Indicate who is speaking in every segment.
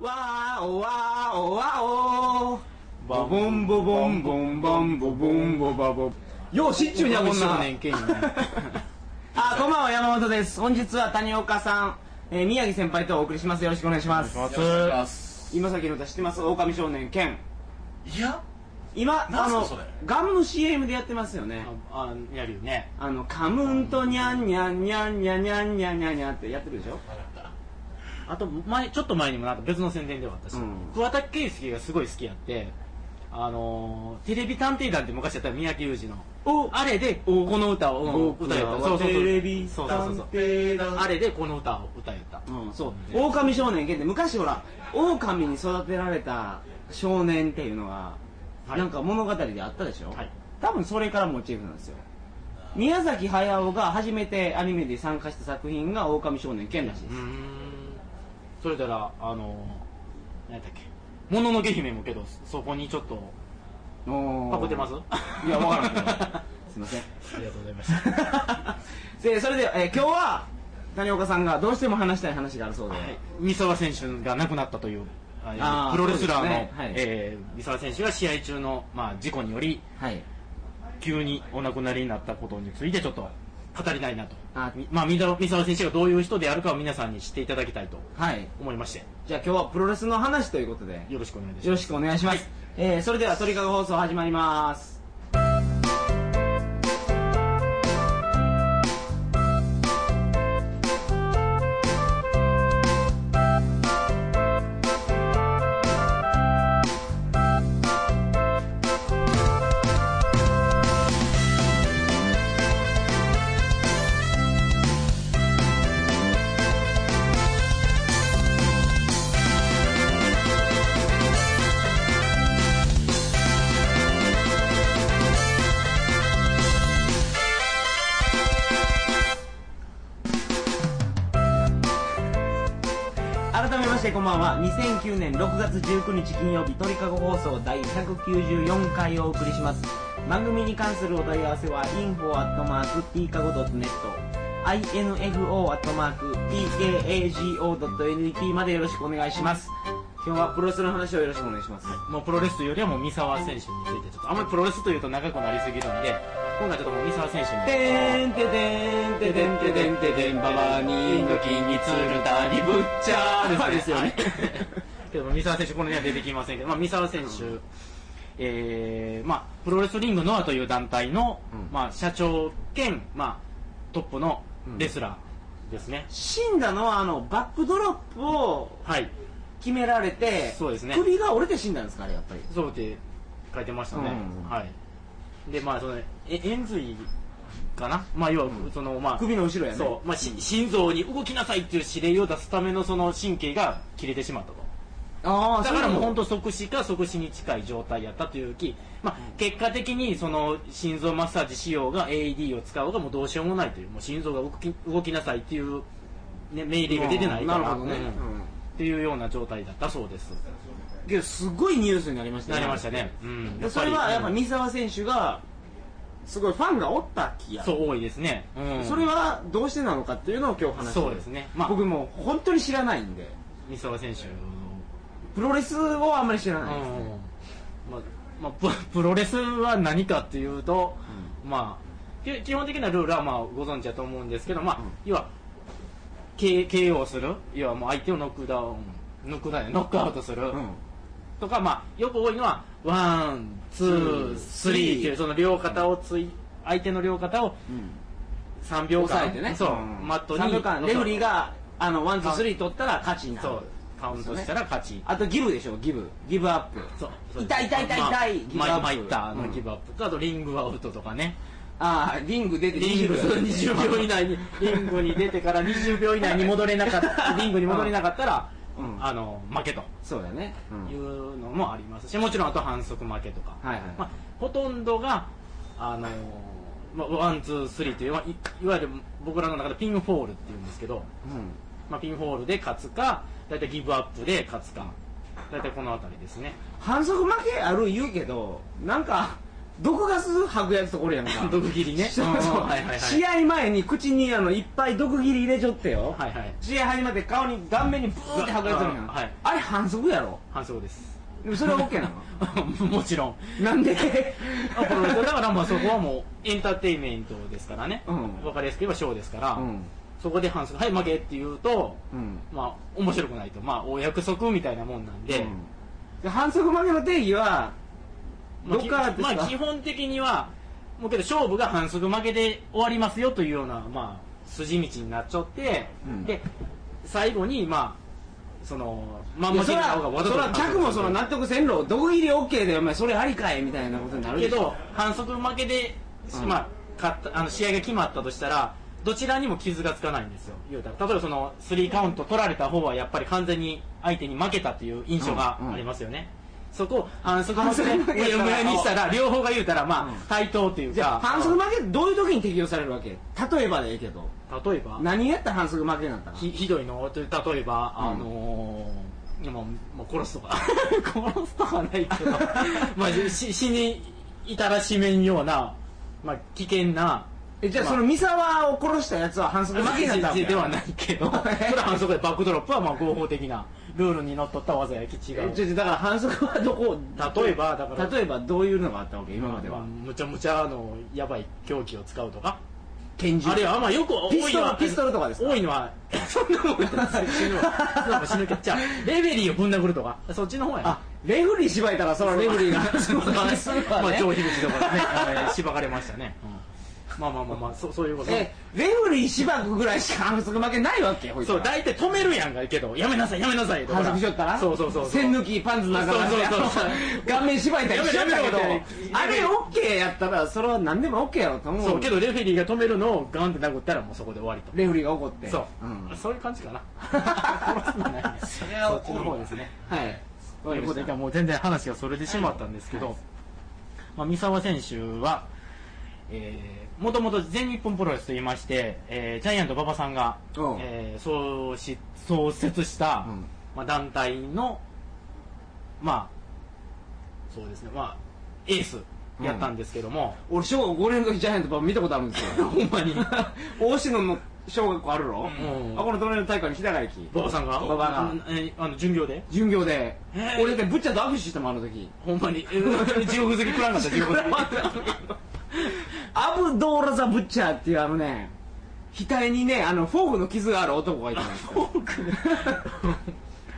Speaker 1: わーおわーおわーおー
Speaker 2: ボボンボボンボンボンボボンボバボ
Speaker 1: ようしっちゅうにゃこんな
Speaker 2: 年けんやな
Speaker 1: あこんばんは山本です本日は谷岡さん、えー宮城先輩とお送りしますよろしくお願いします
Speaker 2: お願いし
Speaker 3: よろしくお願いします
Speaker 1: 今さっきの歌知ってます狼少年剣
Speaker 3: いや
Speaker 1: 今
Speaker 3: なん
Speaker 1: あ
Speaker 3: すか
Speaker 1: の
Speaker 3: それ
Speaker 1: ガムの CM でやってますよね
Speaker 2: あやるよね
Speaker 1: あのカムンとニャンニャンニャンニャンニャンニャンニャンニャンってやってるでしょ
Speaker 2: あと前ちょっと前にもなんか別の宣伝ではあったし、
Speaker 1: うん
Speaker 2: 桑田佳祐がすごい好きやってあのーテレビ探偵団って昔やったら三宅裕二の
Speaker 1: お
Speaker 2: あれでこの歌を、うん
Speaker 1: 僕
Speaker 2: 歌
Speaker 1: ら
Speaker 2: や
Speaker 1: は
Speaker 2: ったそうそうそう
Speaker 1: テレビ
Speaker 2: そうそうそうそう
Speaker 1: 探偵団
Speaker 2: あれでこの歌を歌えた、
Speaker 1: うん、そう狼少年剣って昔ほら狼に育てられた少年っていうのが、
Speaker 2: はい
Speaker 1: なんか物語であったでしょ、
Speaker 2: はい
Speaker 1: 多分それからモチーフなんですよ宮崎駿が初めてアニメで参加した作品が狼少年剣らしいで
Speaker 2: うー
Speaker 1: す、
Speaker 2: んそれたらあのー、何やったっけ「もののけ姫」もけどそこにちょっと
Speaker 1: おー
Speaker 2: パクってます
Speaker 1: いやわからん けどすいません
Speaker 2: ありがとうございました
Speaker 1: でそれで、えー今日は谷岡さんがどうしても話したい話があるそうで、
Speaker 2: 三沢選手が亡くなったという
Speaker 1: あー
Speaker 2: プロレスラ
Speaker 1: そ
Speaker 2: ーの、
Speaker 1: うですねはい
Speaker 2: えー三沢選手が試合中の、まあ、事故により
Speaker 1: はい
Speaker 2: 急にお亡くなりになったことについてちょっと語りたいなと、
Speaker 1: あ
Speaker 2: みまあ、三沢三沢選手がどういう人であるかを皆さんに知っていただきたいと
Speaker 1: はい
Speaker 2: 思いまして
Speaker 1: じゃあ今日はプロレスの話ということで
Speaker 2: よろしくお願いいたし
Speaker 1: よ
Speaker 2: ま
Speaker 1: ろ
Speaker 2: す
Speaker 1: しくお願いします、えーそれでは鳥かご放送始まります改めましてこんばんは2009年6月19日金曜日鳥かご放送第194回をお送りします番組に関するお問い合わせは info.tkago.net info.tkago.net までよろしくお願いします今日はプロレスの話をよろしくお願いします
Speaker 2: もうプロレスというよりはもう三沢選手についてちょっとあんまりプロレスというと長くなりすぎるので今回ちょっともう三沢選手に
Speaker 1: てんててんててんててんててんババアにドキにつるたにぶっちゃーですよね
Speaker 2: けども三沢選手、これには出てきませんけど、まあ、三沢選手、えーまあ、プロレスリングノアという団体の、
Speaker 1: うん
Speaker 2: まあ、社長兼、まあ、トップのレスラーですね。
Speaker 1: 死んだのはあのバックドロップを
Speaker 2: はい、
Speaker 1: 決められて
Speaker 2: そうですね
Speaker 1: 首が折れて死んだんですかあれやっぱり
Speaker 2: そうって書いてましたね。
Speaker 1: うん
Speaker 2: はい、で、まあそのえ円髄かな、まあ、要はその、まあ
Speaker 1: 首の後ろやね
Speaker 2: そうまあ、し心臓に動きなさいっていう指令を出すためのその神経が切れてしまったと。
Speaker 1: ああ
Speaker 2: だからもう本
Speaker 1: 当
Speaker 2: 当即死か即死に近い状態やったというき、まあ、結果的にその心臓マッサージしようが AED を使おうがもうどうしようもないというもう心臓が動き動きなさいっていう、ね、命令が出てないから
Speaker 1: なるほどね、
Speaker 2: うんっていうような状態だったそうです
Speaker 1: うんけどすごいニュースになりました
Speaker 2: なりましたね、うん、
Speaker 1: でそれはやっぱ
Speaker 2: うん
Speaker 1: 三沢選手がすごいファンがおった気や
Speaker 2: そう多いですね、うん
Speaker 1: それはどうしてなのかっていうのを今日話して
Speaker 2: そうですねまあ
Speaker 1: 僕もう本当に知らないんで
Speaker 2: 三沢選手の
Speaker 1: プロレスをあんまり知ら
Speaker 2: うん
Speaker 1: ないですね、
Speaker 2: まあまあ、ププロレスは何かっていうと、まあき基本的なルールはまあご存知だと思うんですけど、まあ
Speaker 1: うん
Speaker 2: 要は K- KO する要はもう相手をノックダウンノックダウンやノックアウトする、
Speaker 1: うん
Speaker 2: とか、まあ、よく多いのはワン
Speaker 1: ツ
Speaker 2: ツ
Speaker 1: ー
Speaker 2: ースリーっていうその両肩をつい、相手の両肩を
Speaker 1: うん
Speaker 2: 3秒間
Speaker 1: 抑えてね
Speaker 2: そう、
Speaker 1: ん
Speaker 2: マットに
Speaker 1: 三秒間レフェリーがあのワンツー
Speaker 2: カウン
Speaker 1: スリー取ったら勝ちになる
Speaker 2: そうカウントしたら勝ち、
Speaker 1: あとギブでしょギブギブアップ
Speaker 2: そうそう
Speaker 1: 痛い痛い痛い痛いギブ
Speaker 2: ま
Speaker 1: アッ
Speaker 2: あ
Speaker 1: プ
Speaker 2: まいったあ
Speaker 1: う
Speaker 2: の
Speaker 1: ん
Speaker 2: ギブアップとあとリングアウトとかね
Speaker 1: ああリング出て
Speaker 2: リング
Speaker 1: 20
Speaker 2: 20秒以内にリングに出てから20秒以内に戻れな かったリングに戻れなかったら、
Speaker 1: うん
Speaker 2: あの負けと
Speaker 1: そうだね、うん
Speaker 2: いうのもありますしもちろんあと反則負けとか、
Speaker 1: はいはい
Speaker 2: まあ、ほとんどがあのまあ、ワンツースリーという、まあいいわゆる僕らの中でピンホールっていうんですけど、
Speaker 1: うん
Speaker 2: まあ、ピンホールで勝つか大体ギブアップで勝つか大体この辺りですね
Speaker 1: 反則負けある言うけどなんか毒ガス吐くやつところやんか
Speaker 2: 毒斬りね
Speaker 1: そう
Speaker 2: うん
Speaker 1: そう
Speaker 2: はいはいはい
Speaker 1: 試合前に口にあのいっぱい毒斬り入れちょってよ、
Speaker 2: はいはい
Speaker 1: 試合始まって顔に顔面にブーンって吐くやつあるやん、
Speaker 2: うんはい
Speaker 1: あれ反則やろ
Speaker 2: 反則です
Speaker 1: でもそれは OK なの
Speaker 2: もちろん
Speaker 1: なんで
Speaker 2: あこれだからまあそこはもうエンターテインメントですからね、
Speaker 1: う
Speaker 2: わ
Speaker 1: ん
Speaker 2: 分かりやすく言えばショーですから、
Speaker 1: うん
Speaker 2: そこで反則はい負けって言うと
Speaker 1: うん
Speaker 2: まあ面白くないとまあお約束みたいなもんなんで、
Speaker 1: うんで反則負けの定義は
Speaker 2: まあ
Speaker 1: どっからですか
Speaker 2: まあ基本的にはもうけど勝負が反則負けで終わりますよというようなまあ筋道になっちゃって、
Speaker 1: うん
Speaker 2: で最後にまあそのまん
Speaker 1: いや
Speaker 2: ま
Speaker 1: そ
Speaker 2: 的
Speaker 1: ら
Speaker 2: な方がわざ
Speaker 1: そ
Speaker 2: と
Speaker 1: ら客もその
Speaker 2: な
Speaker 1: 納得せんろ毒入り OK でお前それありかいみたいなことになる
Speaker 2: け
Speaker 1: でしょ
Speaker 2: ど反則負けで、
Speaker 1: うん
Speaker 2: まあ勝ったあの試合が決まったとしたらどちらにも傷がつかないんですよ言うたら例えばその3カウント取られた方はやっぱり完全に相手に負けたという印象がありますよね、そこを反則負
Speaker 1: 反則
Speaker 2: け
Speaker 1: 負け
Speaker 2: でう
Speaker 1: した
Speaker 2: や
Speaker 1: ら
Speaker 2: むやにしたら両方が言うたら
Speaker 1: う
Speaker 2: ま
Speaker 1: ん
Speaker 2: あ対等という
Speaker 1: じゃあ
Speaker 2: か
Speaker 1: 反則負けどういう時に適用されるわけ例えばでええけど
Speaker 2: 例えば
Speaker 1: 何やったら反則負けになったの
Speaker 2: ひひどいのと例えば、
Speaker 1: うん
Speaker 2: あのーまあまあ、殺すとか殺すとかないけど、まあ、し死に至らしめんような、まあ、危険な
Speaker 1: えじゃあ
Speaker 2: まあ
Speaker 1: その三沢を殺したやつは反則負けになったわけ
Speaker 2: ではないけどそれ は反則でバックドロップはまあ合法的なルールにのっとった技やき違
Speaker 1: え
Speaker 2: う
Speaker 1: ちょちょだから反則はどこ
Speaker 2: 例えばだから
Speaker 1: 例えばどういうのがあったわけ今まで
Speaker 2: まあ
Speaker 1: は
Speaker 2: むちゃむちゃあのやばい凶器を使うとか
Speaker 1: 拳銃
Speaker 2: あるいはまあよく多
Speaker 1: ピス
Speaker 2: い
Speaker 1: ト
Speaker 2: の
Speaker 1: ル
Speaker 2: は
Speaker 1: ピストルとかですか
Speaker 2: 多いのはそんなもんやったら死ぬわそんなもん死ぬけどじゃあ レベリーをぶん殴るとかそっちの方やな
Speaker 1: あレフリー縛いたらそらレフリーが
Speaker 2: そうだね
Speaker 1: そうだね
Speaker 2: まあ上皮口とかねあのしばかれましたね、うんまあまあまあまあそうそういうこと
Speaker 1: えレフリーしばくぐらいしか反則負けないわけほいつら
Speaker 2: そう大体止めるやんかけどやめなさいやめなさいとか
Speaker 1: 反則しよったら
Speaker 2: そうそうそうそう
Speaker 1: 線抜きパンツなんか
Speaker 2: そうそうそう
Speaker 1: 顔面縛いたりしちゃったけど
Speaker 2: やめろやめろ
Speaker 1: あれオッケーやったらそれは何でもオッケーやろと思う
Speaker 2: そうけどレフェリーが止めるのをガンって殴ったらもうそこで終わりと
Speaker 1: レフリーが怒って
Speaker 2: そう、
Speaker 1: ん
Speaker 2: そういう感じかな殺すのね
Speaker 3: それは
Speaker 2: そっちの方ですね
Speaker 1: はい
Speaker 2: ということでもう全然話がそれてしまったんですけど、まあ、三沢選手は、えー、もともと全日本プロレスと言いまして、えージャイアント馬場さんが、
Speaker 1: うん
Speaker 2: えー創し創設した、
Speaker 1: うん
Speaker 2: まあ、団体のまあそうですねまあエースやったんですけども、
Speaker 1: 俺小学5年の時ジャイアントパパ見たことあるんですよ
Speaker 2: ほんま に
Speaker 1: 大志野の小学校あるろ、
Speaker 2: うん
Speaker 1: あこの隣の体育館に来たから行き
Speaker 2: 馬場さんが
Speaker 1: 馬場が
Speaker 2: あえーあの巡業で
Speaker 1: 巡業で
Speaker 2: へー
Speaker 1: 俺でぶっちゃんと握手してもあの時
Speaker 2: ほんまに、えー、地獄好き食らんかった地獄好き
Speaker 1: アブドーラザ・ブッチャーっていうあのね額にねあのフォークの傷がある男がいたんですよ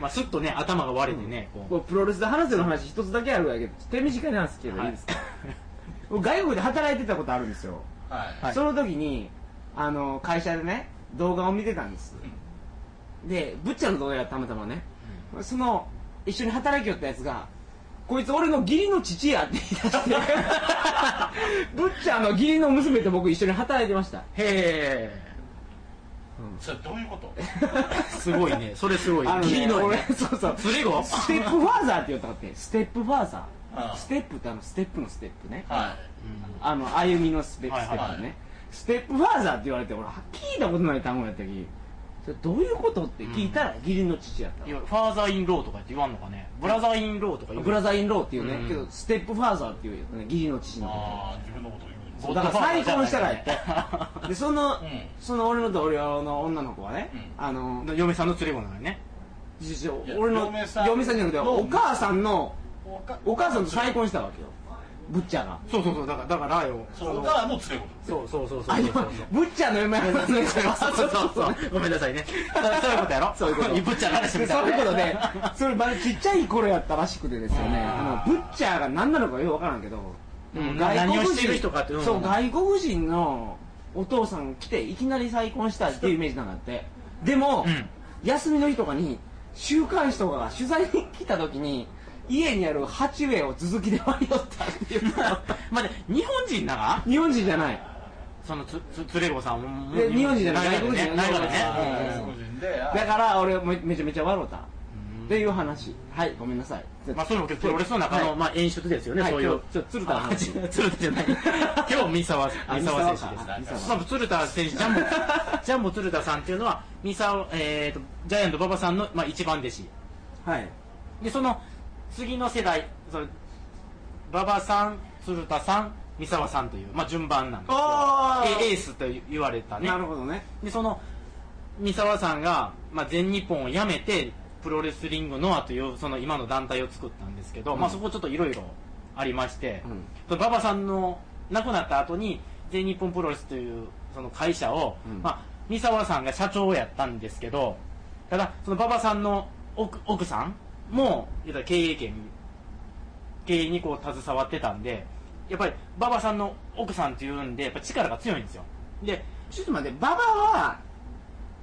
Speaker 2: まあすっとね頭が割れてね、こう
Speaker 1: もうプロレスで話せる話一つだけあるわけど手短い話すけどいいですか、僕外国で働いてたことあるんですよ、
Speaker 3: はい
Speaker 2: はい
Speaker 1: その時にあの会社でね動画を見てたんです、でぶっちゃんの動画がたまたまね、その一緒に働きよったやつがこいつ俺の義理の父やって言い出してぶっちゃんの義理の娘と僕一緒に働いてました
Speaker 2: へ
Speaker 3: それどういうこと
Speaker 2: えすごいねそれすごい
Speaker 1: あのね
Speaker 2: 義理の
Speaker 1: 俺
Speaker 2: ね
Speaker 1: そうそう
Speaker 2: ずれ子
Speaker 1: ステップファーザーって言ったかってステップファーザ
Speaker 3: あ
Speaker 1: ー
Speaker 3: あ
Speaker 1: ステップってあのステップのステップね
Speaker 3: は
Speaker 1: あの歩みのスペステ
Speaker 2: はい
Speaker 1: ップ
Speaker 2: はい
Speaker 1: ね、ステップファーザーって言われて俺は聞いたことない単語やったきそれどういうことって聞いたら義理の父やった
Speaker 2: いやファーザーインローとかって言わんのかねブラザーインローとか言う
Speaker 1: ブラザーインローっていうね、
Speaker 2: うん
Speaker 1: けどステップファーザーっていうよね義理の父
Speaker 3: い
Speaker 1: のこ
Speaker 3: ああ自分のこと言うんです
Speaker 1: とだから再婚したからやって でその、
Speaker 3: ん
Speaker 1: その俺の同僚の女の子はね、
Speaker 3: うん
Speaker 1: あの
Speaker 2: 嫁さんの連れ子なのよね
Speaker 1: じじ
Speaker 3: いや
Speaker 1: 俺の
Speaker 3: 嫁さん
Speaker 1: 嫁さんじゃなくて
Speaker 3: の
Speaker 1: お母さんの
Speaker 3: おか
Speaker 1: お母さんと再婚したわけよブッチャーが。
Speaker 2: そうそうそうだからだからよ
Speaker 3: そうお
Speaker 2: の
Speaker 3: 母さんも連れ子
Speaker 2: そうそうそうそう
Speaker 1: あ
Speaker 2: そう
Speaker 1: い
Speaker 2: そ
Speaker 1: や
Speaker 2: うそう
Speaker 1: ブッチャーの嫁やん
Speaker 2: そうそうそうごめんなさ いねそう そういうことやろ
Speaker 1: そういうこと
Speaker 2: ぶっちゃんの話
Speaker 1: で
Speaker 2: みた
Speaker 1: そう
Speaker 2: いな
Speaker 1: いうことで、 それまだちっちゃい頃やったらしくてですよね、あのブッチャーが何なのかよくわからんけど、
Speaker 2: うん
Speaker 1: 外国
Speaker 2: 何を
Speaker 1: 人
Speaker 2: してる人かっていうの
Speaker 1: そ
Speaker 2: も
Speaker 1: う、外国人のお父さん来て、いきなり再婚したっていうイメージなんだって、でも、
Speaker 2: うん
Speaker 1: 休みの日とかに、週刊誌とかが取材に来た時に、家にある鉢植えを続きで割り寄ったっていうのがあった
Speaker 2: まあで日本人なが
Speaker 1: 日本人じゃない、
Speaker 2: そのつつ連れ子さんも
Speaker 1: で日本人じゃない
Speaker 2: からね
Speaker 1: 外
Speaker 2: ない
Speaker 1: 国人
Speaker 2: から
Speaker 1: あ
Speaker 2: ね
Speaker 1: ー
Speaker 3: 外国人で
Speaker 1: だから俺、めめちゃめちゃ笑うた
Speaker 2: うん
Speaker 1: っていう話、はい、ごめんなさい。
Speaker 2: まあ、それもプロレスの中の、
Speaker 1: はい
Speaker 2: まあ、演出ですよね、
Speaker 1: はい
Speaker 2: そういう
Speaker 1: 今日ちょっと鶴田の話
Speaker 2: あ違う 鶴田じゃない今日三沢
Speaker 1: あ
Speaker 2: 三沢選手
Speaker 1: 三
Speaker 2: です
Speaker 1: 沢か
Speaker 2: 三
Speaker 1: 三
Speaker 2: 沢、まあ、鶴田選手ジャンボ ジャンボ鶴田さんっていうのは三沢、えー、とジャイアント馬場さんの、まあ、一番弟子
Speaker 1: はい
Speaker 2: でその次の世代その馬場さん鶴田さん三沢さんという、まあ、順番なんです
Speaker 1: あー
Speaker 2: よえエースと言われたね
Speaker 1: なるほどね。
Speaker 2: でその三沢さんが、まあ、全日本を辞めてプロレスリングノアというその今の団体を作ったんですけど、
Speaker 1: うん
Speaker 2: まあ、そこちょっといろいろありまして、
Speaker 1: うん
Speaker 2: その馬場さんの亡くなった後に全日本プロレスというその会社を、
Speaker 1: うん
Speaker 2: まあ、三沢さんが社長やったんですけどただその馬場さんの奥奥さんも言うたら経営権経営にこう携わってたんでやっぱり馬場さんの奥さんっていうんでやっぱ力が強いんですよで
Speaker 1: ちょっと待って、馬場は、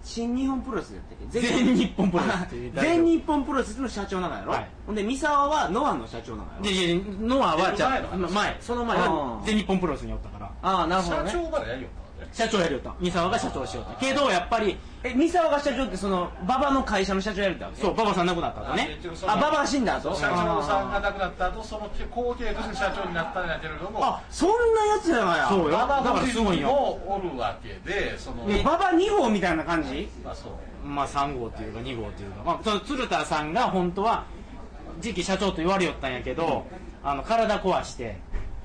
Speaker 1: 新日本プロレスだったっけ
Speaker 2: 全日本プロレスっていう
Speaker 1: あ全日本プロレスの社長なのやろ、
Speaker 2: はい
Speaker 1: ほんで、三沢はノアの社長なのやろ
Speaker 2: でいやいやノアはじゃ
Speaker 3: 前の
Speaker 2: あ
Speaker 3: 話
Speaker 2: 前その前は
Speaker 1: うん
Speaker 2: 全日本プロレスにおったから
Speaker 1: ああ、なるほど
Speaker 3: 社
Speaker 1: ね。
Speaker 3: 長までやりよったわね
Speaker 2: 社長やりよった三沢が社長しよったけどやっぱり
Speaker 1: え、三沢が社長って、その、馬場の会社の社長やるってわけ
Speaker 2: そう馬場さん亡くなったんだね
Speaker 3: 結局その
Speaker 1: あ、馬場が死んだ後
Speaker 3: 社長さんが
Speaker 1: あ
Speaker 3: 亡くなった後その後継として社長になったんやけれども
Speaker 1: ーあそんなやつやなや。
Speaker 2: そうよ
Speaker 3: 馬場
Speaker 2: だか
Speaker 3: 本
Speaker 2: らす
Speaker 3: 人
Speaker 2: ごいよ
Speaker 3: もおるわけでその
Speaker 1: ね馬場2号みたいな感じ
Speaker 3: まあそう
Speaker 2: まあ3号っていうか2号っていうか、まあ、その鶴田さんが本当は次期社長と言われよったんやけどあの体壊して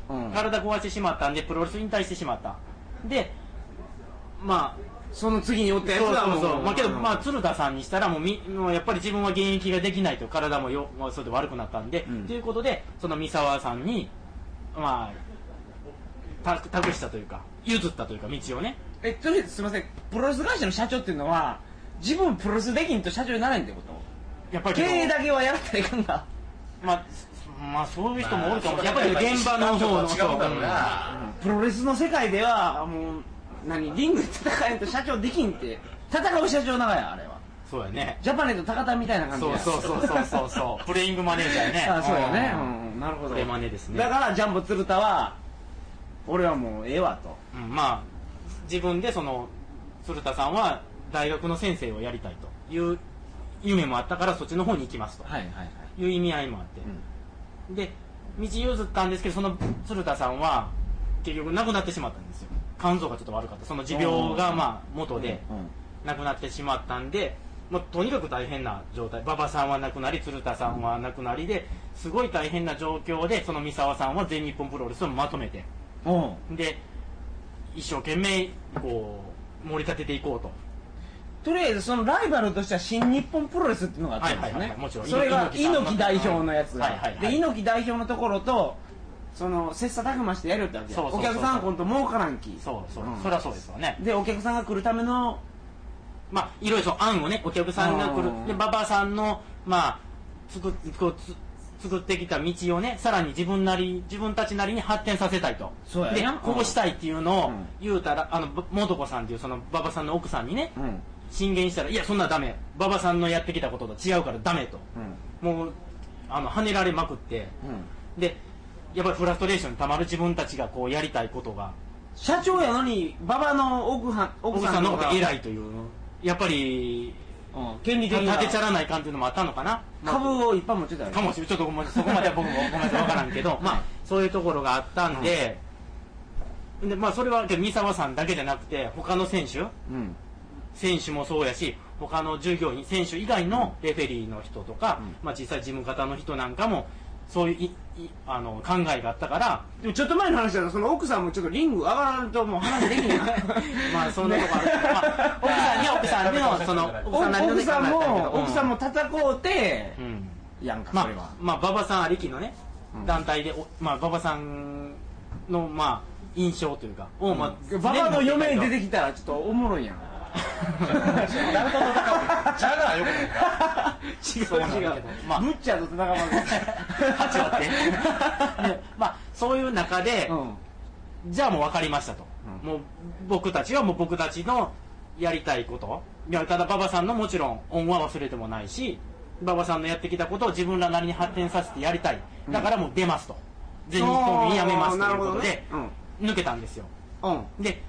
Speaker 1: うん
Speaker 2: 体壊してしまったんでプロレス引退してしまったでまあ
Speaker 1: その次におったやつ
Speaker 2: そう
Speaker 1: は
Speaker 2: そ
Speaker 1: も
Speaker 2: う
Speaker 1: う。
Speaker 2: そう、まあ、けど、まあ、鶴田さんにしたらもうみもうやっぱり自分は現役ができないと体もよ、まあ、それで悪くなったんで、
Speaker 1: うん
Speaker 2: ということでその三沢さんにまあ託託したというか譲ったというか道をね
Speaker 1: え、とりあえずすいません、プロレス会社の社長っていうのは、自分プロレスできんと社長にならないってこと
Speaker 2: やっぱり
Speaker 1: 経
Speaker 2: けど
Speaker 1: 営だけはやったらいかんが。
Speaker 2: まあ、まあ、そういう人もおるかも、
Speaker 3: まあ
Speaker 2: やっぱり現場の方の
Speaker 3: 違うんだろうな
Speaker 1: プロレスの世界ではもう何リングで戦えんと社長できんって戦う社長ながやあれは
Speaker 2: そうやね
Speaker 1: ジャパネット高田みたいな感じ
Speaker 2: そう
Speaker 1: や
Speaker 2: そうそうそうそうそうプレイングマネージャーやね
Speaker 1: あそうやねうん、うん、なるほど
Speaker 2: プレマネですね
Speaker 1: だからジャンボ鶴田は俺はもうええわと
Speaker 2: うん、うんまあ自分でその鶴田さんは大学の先生をやりたいという夢もあったからそっちの方に行きますと
Speaker 1: はいはいはい
Speaker 2: いう意味合いもあって、で道譲ったんですけどその鶴田さんは結局亡くなってしまったんですよ肝臓がちょっと悪かったその持病がまあ元で、亡くなってしまったんで、まあ、とにかく大変な状態馬場さんは亡くなり鶴田さんは亡くなりですごい大変な状況でその三沢さんは全日本プロレスをまとめて
Speaker 1: うんうん
Speaker 2: で一生懸命こう盛り立てていこうと
Speaker 1: とりあえずそのライバルとしては新日本プロレスっていうのがあったんですよね、
Speaker 2: はいはいはいもちろん
Speaker 1: それが
Speaker 2: 猪木さんの
Speaker 1: 猪木代表のやつが、
Speaker 2: はいはいはい
Speaker 1: で猪木代表のところとその切磋琢磨してやるってわけや
Speaker 2: そうそうそうそう
Speaker 1: お客さんは今度儲からんき
Speaker 2: そうそう、
Speaker 1: ん
Speaker 2: そりゃそうですよね
Speaker 1: でお客さんが来るための
Speaker 2: まあいろいろそう案をねお客さんが来る
Speaker 1: うん
Speaker 2: で馬場さんのまあ作っこうつ作ってきた道をねさらに自分なり自分たちなりに発展させたいと
Speaker 1: そうやな
Speaker 2: で
Speaker 1: うん
Speaker 2: こうしたいっていうの
Speaker 1: う
Speaker 2: を
Speaker 1: ん
Speaker 2: 言うたら、あのぼ素子さんっていうその馬場さんの奥さんにね
Speaker 1: うんうん
Speaker 2: 進言したらいやそんなダメ馬場さんのやってきたことと違うからダメともうあの跳ねられまくって
Speaker 1: うん
Speaker 2: でやっぱりフラストレーションにたまる自分たちがこうやりたいことが
Speaker 1: 社長やのに馬場の奥は
Speaker 2: 奥
Speaker 1: 奥
Speaker 2: さ
Speaker 1: さ
Speaker 2: ん
Speaker 1: ん
Speaker 2: の方
Speaker 1: の
Speaker 2: が
Speaker 1: 方が
Speaker 2: 偉いというやっぱり
Speaker 1: うん権利的
Speaker 2: 立
Speaker 1: な
Speaker 2: てちゃらない感っていうのもあったのかな、まあ
Speaker 1: 株をいっぱい持ってたよね
Speaker 2: かもしれんちょっとごめんそこまでは僕もごめんなさい分からん けど、まあ、そういうところがあったんで,、でまあ、それはけど三沢さんだけじゃなくて他の選手
Speaker 1: うん
Speaker 2: 選手もそうやし他の従業員選手以外のレフェリーの人とか、まあ、実際事務方の人なんかもそういういいあの考えがあったから
Speaker 1: でもちょっと前の話だとその奥さんもちょっとリング上がらんともう話でき ない
Speaker 2: まあそんなとこあるけど、まあ、奥さんには 奥さんでのその
Speaker 1: お
Speaker 2: 奥さんなりの
Speaker 1: 奥
Speaker 2: ね考え
Speaker 1: さん
Speaker 2: たんやけど
Speaker 1: も奥さん
Speaker 2: う
Speaker 1: も叩こうて
Speaker 2: うん
Speaker 1: やんか
Speaker 2: ま
Speaker 1: それは
Speaker 2: あ、まあ、馬場さんありきのね、
Speaker 1: うん
Speaker 2: 団体で、おまあ、馬場さんの、まあ、印象というか、を、まあ、
Speaker 1: 馬場の嫁に出て
Speaker 2: き
Speaker 1: きたらちょっとおもろいやん
Speaker 3: 誰と戦うじゃがよくないか
Speaker 1: 違う
Speaker 2: そうなんだけ
Speaker 1: 違
Speaker 2: ど
Speaker 1: う
Speaker 2: まあ
Speaker 1: ブッチャーと戦わ な
Speaker 2: た。8割って。 ねまあ、そういう中で、
Speaker 1: うん
Speaker 2: じゃあもう分かりましたと。
Speaker 1: うん
Speaker 2: もう、僕たちはもう僕たちのやりたいこと。いや、ただ馬場さんのもちろん恩は忘れてもないし、馬場さんのやってきたことを自分らなりに発展させてやりたい。だからもう出ますと。全日本にやめますということで、
Speaker 1: そうなるほどね
Speaker 2: 抜けたんですよ。
Speaker 1: うんうん
Speaker 2: で、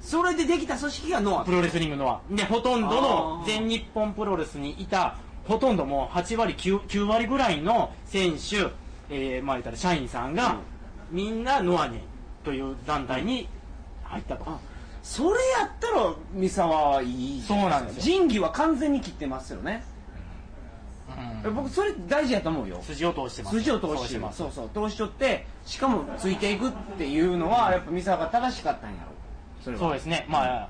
Speaker 1: それでできた組織がノア
Speaker 2: プロレスリングのはでほとんど
Speaker 1: あ
Speaker 2: の
Speaker 1: ー
Speaker 2: 全日本プロレスにいたほとんどもう8割 9, 9割ぐらいの選手、えーまあ言ったら社員さんが、みんなノアにという団体に入ったと、
Speaker 1: あそれやったら三沢はいいじゃい
Speaker 2: そうなんです
Speaker 1: 仁義は完全に切ってますよね、
Speaker 2: うん
Speaker 1: 僕それ大事やと思うよ
Speaker 2: 筋を通してます
Speaker 1: 筋を通して
Speaker 2: ます
Speaker 1: そうそう通しとってしかもついていくっていうのはやっぱ三沢が正しかったんやろそれは
Speaker 2: そうですね、まあ、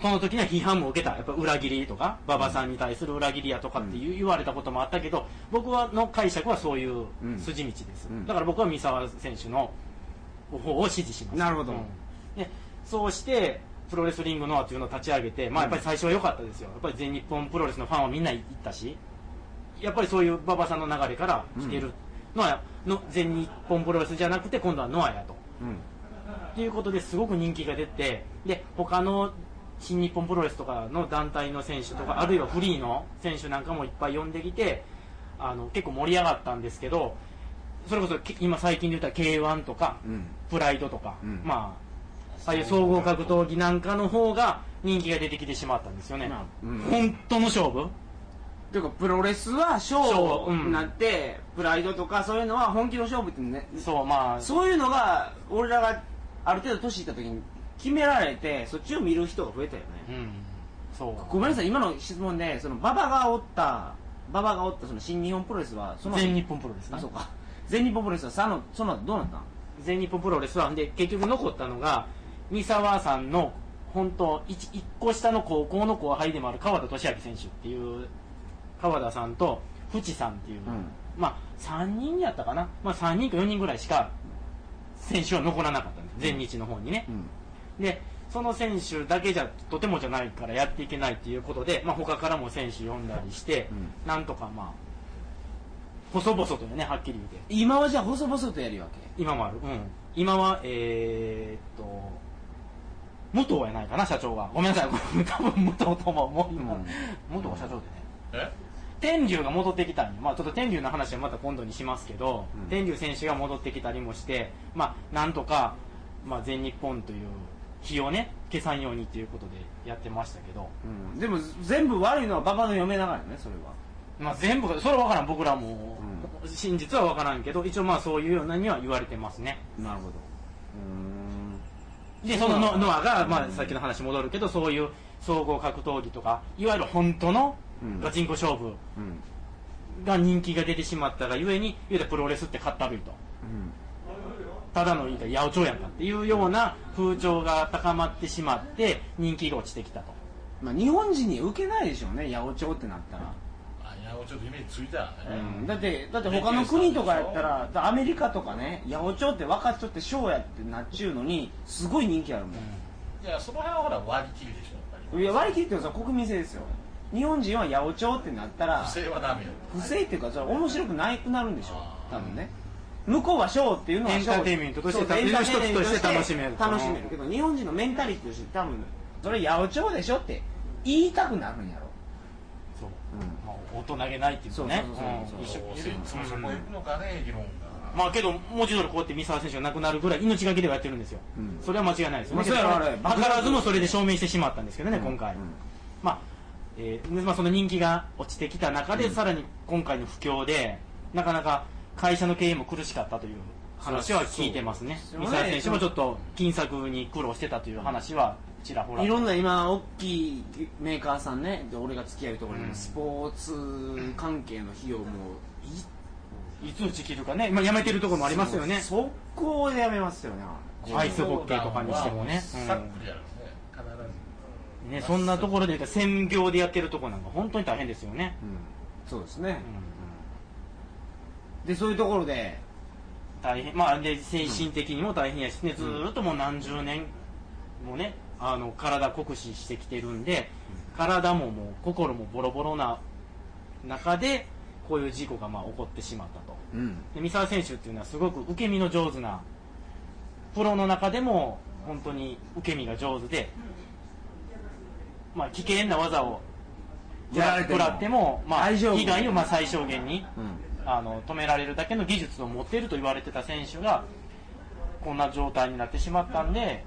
Speaker 2: その時には批判も受けたやっぱ裏切りとか馬場さんに対する裏切りやとかっていう、言われたこともあったけど僕はの解釈はそういう
Speaker 1: うん
Speaker 2: 筋道です、
Speaker 1: うん
Speaker 2: だから僕は三沢選手の方を支持します
Speaker 1: なるほど
Speaker 2: でそうしてプロレスリングのアというのを立ち上げて、まあ、やっぱり最初は良かったですよやっぱり全日本プロレスのファンはみんな行ったしやっぱりそういう馬場さんの流れから来てるのは、の全日本プロレスじゃなくて今度はノアやと。
Speaker 1: うん
Speaker 2: っていうことですごく人気が出てで他の新日本プロレスとかの団体の選手とかあるいはフリーの選手なんかもいっぱい呼んできてあの結構盛り上がったんですけどそれこそけ今最近で言った k 1とか、
Speaker 1: うん
Speaker 2: プライドとか、
Speaker 1: うん
Speaker 2: まあああいう総合格闘技なんかの方が人気が出てきてしまったんですよね、
Speaker 1: まあうん
Speaker 2: 本当の勝負
Speaker 1: ていうかプロレスは勝
Speaker 2: 勝負う
Speaker 1: 負
Speaker 2: ん
Speaker 1: になって、プライドとかそういうのは本気の勝負ってね
Speaker 2: そうまあ
Speaker 1: そういうのが俺らがある程度年いった時に決められてそっちを見る人が増えたよね、
Speaker 2: うんそう
Speaker 1: ごめんなさい今の質問でその馬場がおった馬場がおったその新日本プロレスはその
Speaker 2: 全日本プロレスね
Speaker 1: あそうか全日本プロレスはそのその後どうなったん
Speaker 2: 全日本プロレスはで結局残ったのが三沢さんの本当 1, 個下の高校の後輩でもある川田俊明選手っていう川田さんと淵さんっていう、
Speaker 1: うん
Speaker 2: まあ3人やったかな、まあ、3人か4人ぐらいしか選手は残らなかったんです全日の方にね、でその選手だけじゃとてもじゃないからやっていけないということで、まあ、他からも選手呼んだりして、
Speaker 1: う
Speaker 2: なんとかまあ細々とねはっきり言うて
Speaker 1: 今はじゃあ細々とやるわけ
Speaker 2: 今もある、うん、今はえー、っと元やないかな社長がごめんなさい多分元とももう今、
Speaker 1: うん
Speaker 2: 元が社長でね
Speaker 3: え
Speaker 2: 天竜が戻ってきたんよまあちょっと天竜の話はまた今度にしますけど、
Speaker 1: うん
Speaker 2: 天竜選手が戻ってきたりもしてまあなんとか、まあ、全日本という日をね消さんようにということでやってましたけど、
Speaker 1: うんでも全部悪いのは馬場の嫁だからねそれは
Speaker 2: まあ、全部がそれは分からん僕らも、真実は分からんけど一応まあそういうようなには言われてますね
Speaker 1: なるほど
Speaker 2: でそのノノアが、まあ、さっきの話戻るけどそういう総合格闘技とかいわゆる本当の
Speaker 1: うん
Speaker 2: ガチンコ勝負
Speaker 1: うーんうん
Speaker 2: が人気が出てしまったがゆえにいわゆるプロレスってかったるいとただのいいか八百長やんかっていうような風潮が高まってしまって人気が落ちてきたと
Speaker 1: まあ、日本人に受けないでしょうね八百長ってなったら、
Speaker 3: あいやもうちょっとイメージついたね
Speaker 1: うんだってだって他の国とかやったらだからアメリカとかね八百長って分かっとってショーやってなっちゅうのにすごい人気あるもん、
Speaker 3: いやその辺はほら割り切りでしょやっぱり
Speaker 1: いや割り切ってください国民性ですよ日本人は八百長ってなったら
Speaker 3: 不正はダメよ
Speaker 1: 不正っていうかそれは面白くないくなるんでしょ多分ね向こうはショーっていうのはショ
Speaker 2: エンターテインメントとして
Speaker 1: そう
Speaker 2: エンターテインメントとして
Speaker 1: エンターテインメントと
Speaker 2: 楽
Speaker 1: 楽
Speaker 2: しめる
Speaker 1: しめるけど日本人のメンタリティとして多分それ八百長でしょって言いたくなるんやろ
Speaker 2: そう、
Speaker 1: うん
Speaker 2: まあ、大人げないっていうかね
Speaker 1: そうそうそうそう
Speaker 2: うん一
Speaker 3: そ
Speaker 2: 緒
Speaker 3: うそもそも行くのかね議論が
Speaker 2: まあけど文字通りこうやって三沢選手が亡くなるぐらい命がけではやってるんですよ、
Speaker 1: うん
Speaker 2: それは間違いないですよ
Speaker 1: まあそうやろあれ
Speaker 2: 図らずもそれで証明してしまったんですけどね、今回、
Speaker 1: うん
Speaker 2: まあ、えーでまあ、その人気が落ちてきた中で、さらに今回の不況で、なかなか会社の経営も苦しかったという話は聞いてますね
Speaker 1: そ、う
Speaker 2: 三沢選手もちょっと金策に苦労してたという話はちらほら、
Speaker 1: いろんな今大きいメーカーさんねで俺が付き合うところにもスポーツ関係の費用もい
Speaker 2: いつ打ち切るかね、まあ、やめてるところもありますよね、
Speaker 1: 速攻でやめますよね
Speaker 2: アイスホッケーとかにしてもね。うん
Speaker 3: さっくりやるね必
Speaker 2: ね、そんなところで言うと専業でやってるところなんか本当に大変ですよね、
Speaker 1: うんそうですね
Speaker 2: う、ん
Speaker 1: でそういうところで
Speaker 2: 大変まあで精神的にも大変やしねずーっともう何十年もねあの体酷使してきてるんで体ももう心もボロボロな中でこういう事故がまあ起こってしまったと
Speaker 1: うん
Speaker 2: で三沢選手っていうのはすごく受け身の上手なプロの中でも本当に受け身が上手で、まあ、危険な技を
Speaker 1: やられても
Speaker 2: 食らっても、まあ、
Speaker 1: 大丈夫
Speaker 2: 被害をまあ最小限に
Speaker 1: うん
Speaker 2: あの止められるだけの技術を持っていると言われてた選手がこんな状態になってしまったんで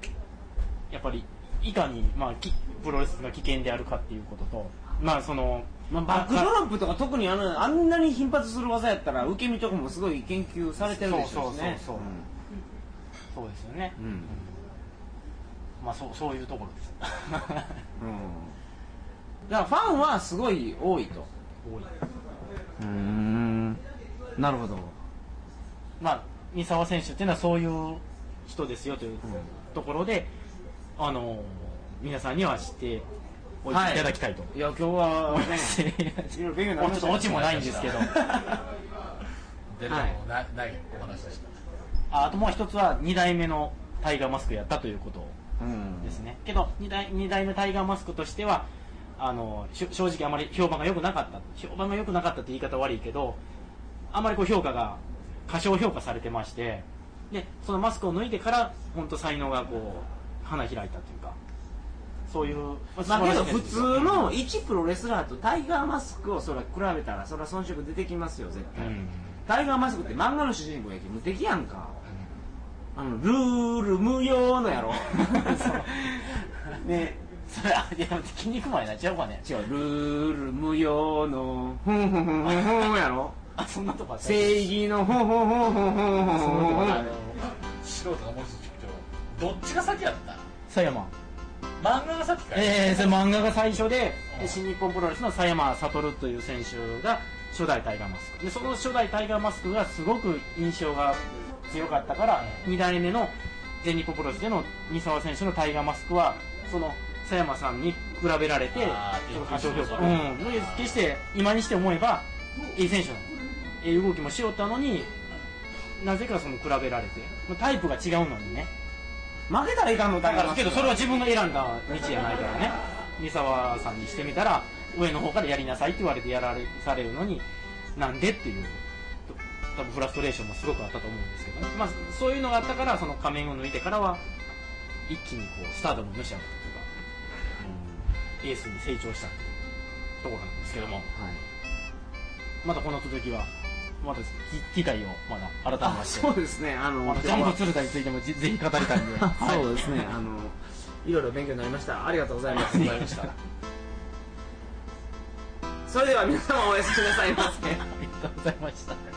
Speaker 2: やっぱりいかに、まあ、きプロレスが危険であるかっていうことと、まあその
Speaker 1: まあ、バックドロップとか特にあのあんなに頻発する技やったら受け身とかもすごい研究されてるでしょしね
Speaker 2: そうそうそうそうですよね、
Speaker 1: うんうん
Speaker 2: まあ、そうそういうところです
Speaker 1: うんだからファンはすごい多いと
Speaker 2: 多い
Speaker 1: うんなるほど
Speaker 2: まあ、三沢選手っていうのはそういう人ですよというところで、あの皆さんには知って
Speaker 4: おいていただきたいと、
Speaker 2: いや今日 はね
Speaker 1: いろいろ勉強にな
Speaker 2: も
Speaker 1: り
Speaker 2: う
Speaker 1: ま
Speaker 2: ちょ
Speaker 1: し
Speaker 2: ったと
Speaker 1: ね
Speaker 2: オチもないんですけど
Speaker 3: で
Speaker 2: はい
Speaker 3: でもなないお話でした
Speaker 2: ああともう一つは2代目のタイガーマスクやったということ
Speaker 1: うん
Speaker 2: ですねけど2代 ,2 代目タイガーマスクとしてはあのしょ正直あまり評判が良くなかった評判が良くなかったって言い方悪いけどあまりこう評価が過小評価されてましてでそのマスクを脱いでから本当才能がこう花開いたというかそういう
Speaker 1: まあけど普通
Speaker 2: 素晴らしいやつ
Speaker 1: の一プロレスラーとタイガーマスクをそれ比べたらそれは遜色出てきますよ絶対、
Speaker 2: うん
Speaker 1: タイガーマスクって漫画の主人公やけん無敵やんかあのルール無用のやろね
Speaker 2: それあいや筋肉マンやな違うかね
Speaker 1: 違うルール無用のふんふんふんふんふんやろ
Speaker 2: あそんなとこあった
Speaker 1: 正義のふんふんふんふんふんふん
Speaker 2: そんな
Speaker 1: ふ
Speaker 2: と
Speaker 1: ん
Speaker 2: こ
Speaker 1: ふ
Speaker 2: あ
Speaker 1: ん
Speaker 3: 素人がもう一つ聞くとどっちが先やった
Speaker 2: 佐山
Speaker 3: 漫画が先かい
Speaker 2: えー、それ漫画が最初でで新日本プロレスの佐山悟という選手が初代タイガーマスクでその初代タイガーマスクがすごく印象が強かったから2代目の全日本プロレスでの三沢選手のタイガーマスクはその佐山さんに比べられて
Speaker 3: あー
Speaker 2: その過小評価
Speaker 3: そう
Speaker 2: う
Speaker 3: そうん
Speaker 2: の決して今にして思えばいい選手なのええ動きもしよったのになぜかその比べられてタイプが違うのにね
Speaker 1: 負けたらいかんの
Speaker 2: だ
Speaker 1: タイガー
Speaker 2: から
Speaker 1: マ
Speaker 2: け
Speaker 1: ス
Speaker 2: ど
Speaker 1: ク
Speaker 2: それは自分が選んだ道やないからね三沢さんにしてみたら上の方からやりなさいって言われてやられされるのになんでっていうと多分フラストレーションもすごくあったと思うんですけどね、まあ、そういうのがあったからその仮面を抜いてからは一気にこうスターダムを召し上がったというか、エースに成長したっていうところなんですけども
Speaker 1: はい
Speaker 2: またこの続きはまた機会をまだ改め
Speaker 1: あ
Speaker 2: まして
Speaker 1: そうですねあの
Speaker 2: またジャンプ鶴田についてもぜぜひ語りたいんで はい
Speaker 1: そうですねあのいろいろ勉強になりましたありがとうございます
Speaker 3: ありがとうございま
Speaker 1: それでは皆様おやすみなさいませ
Speaker 2: ありがとうございました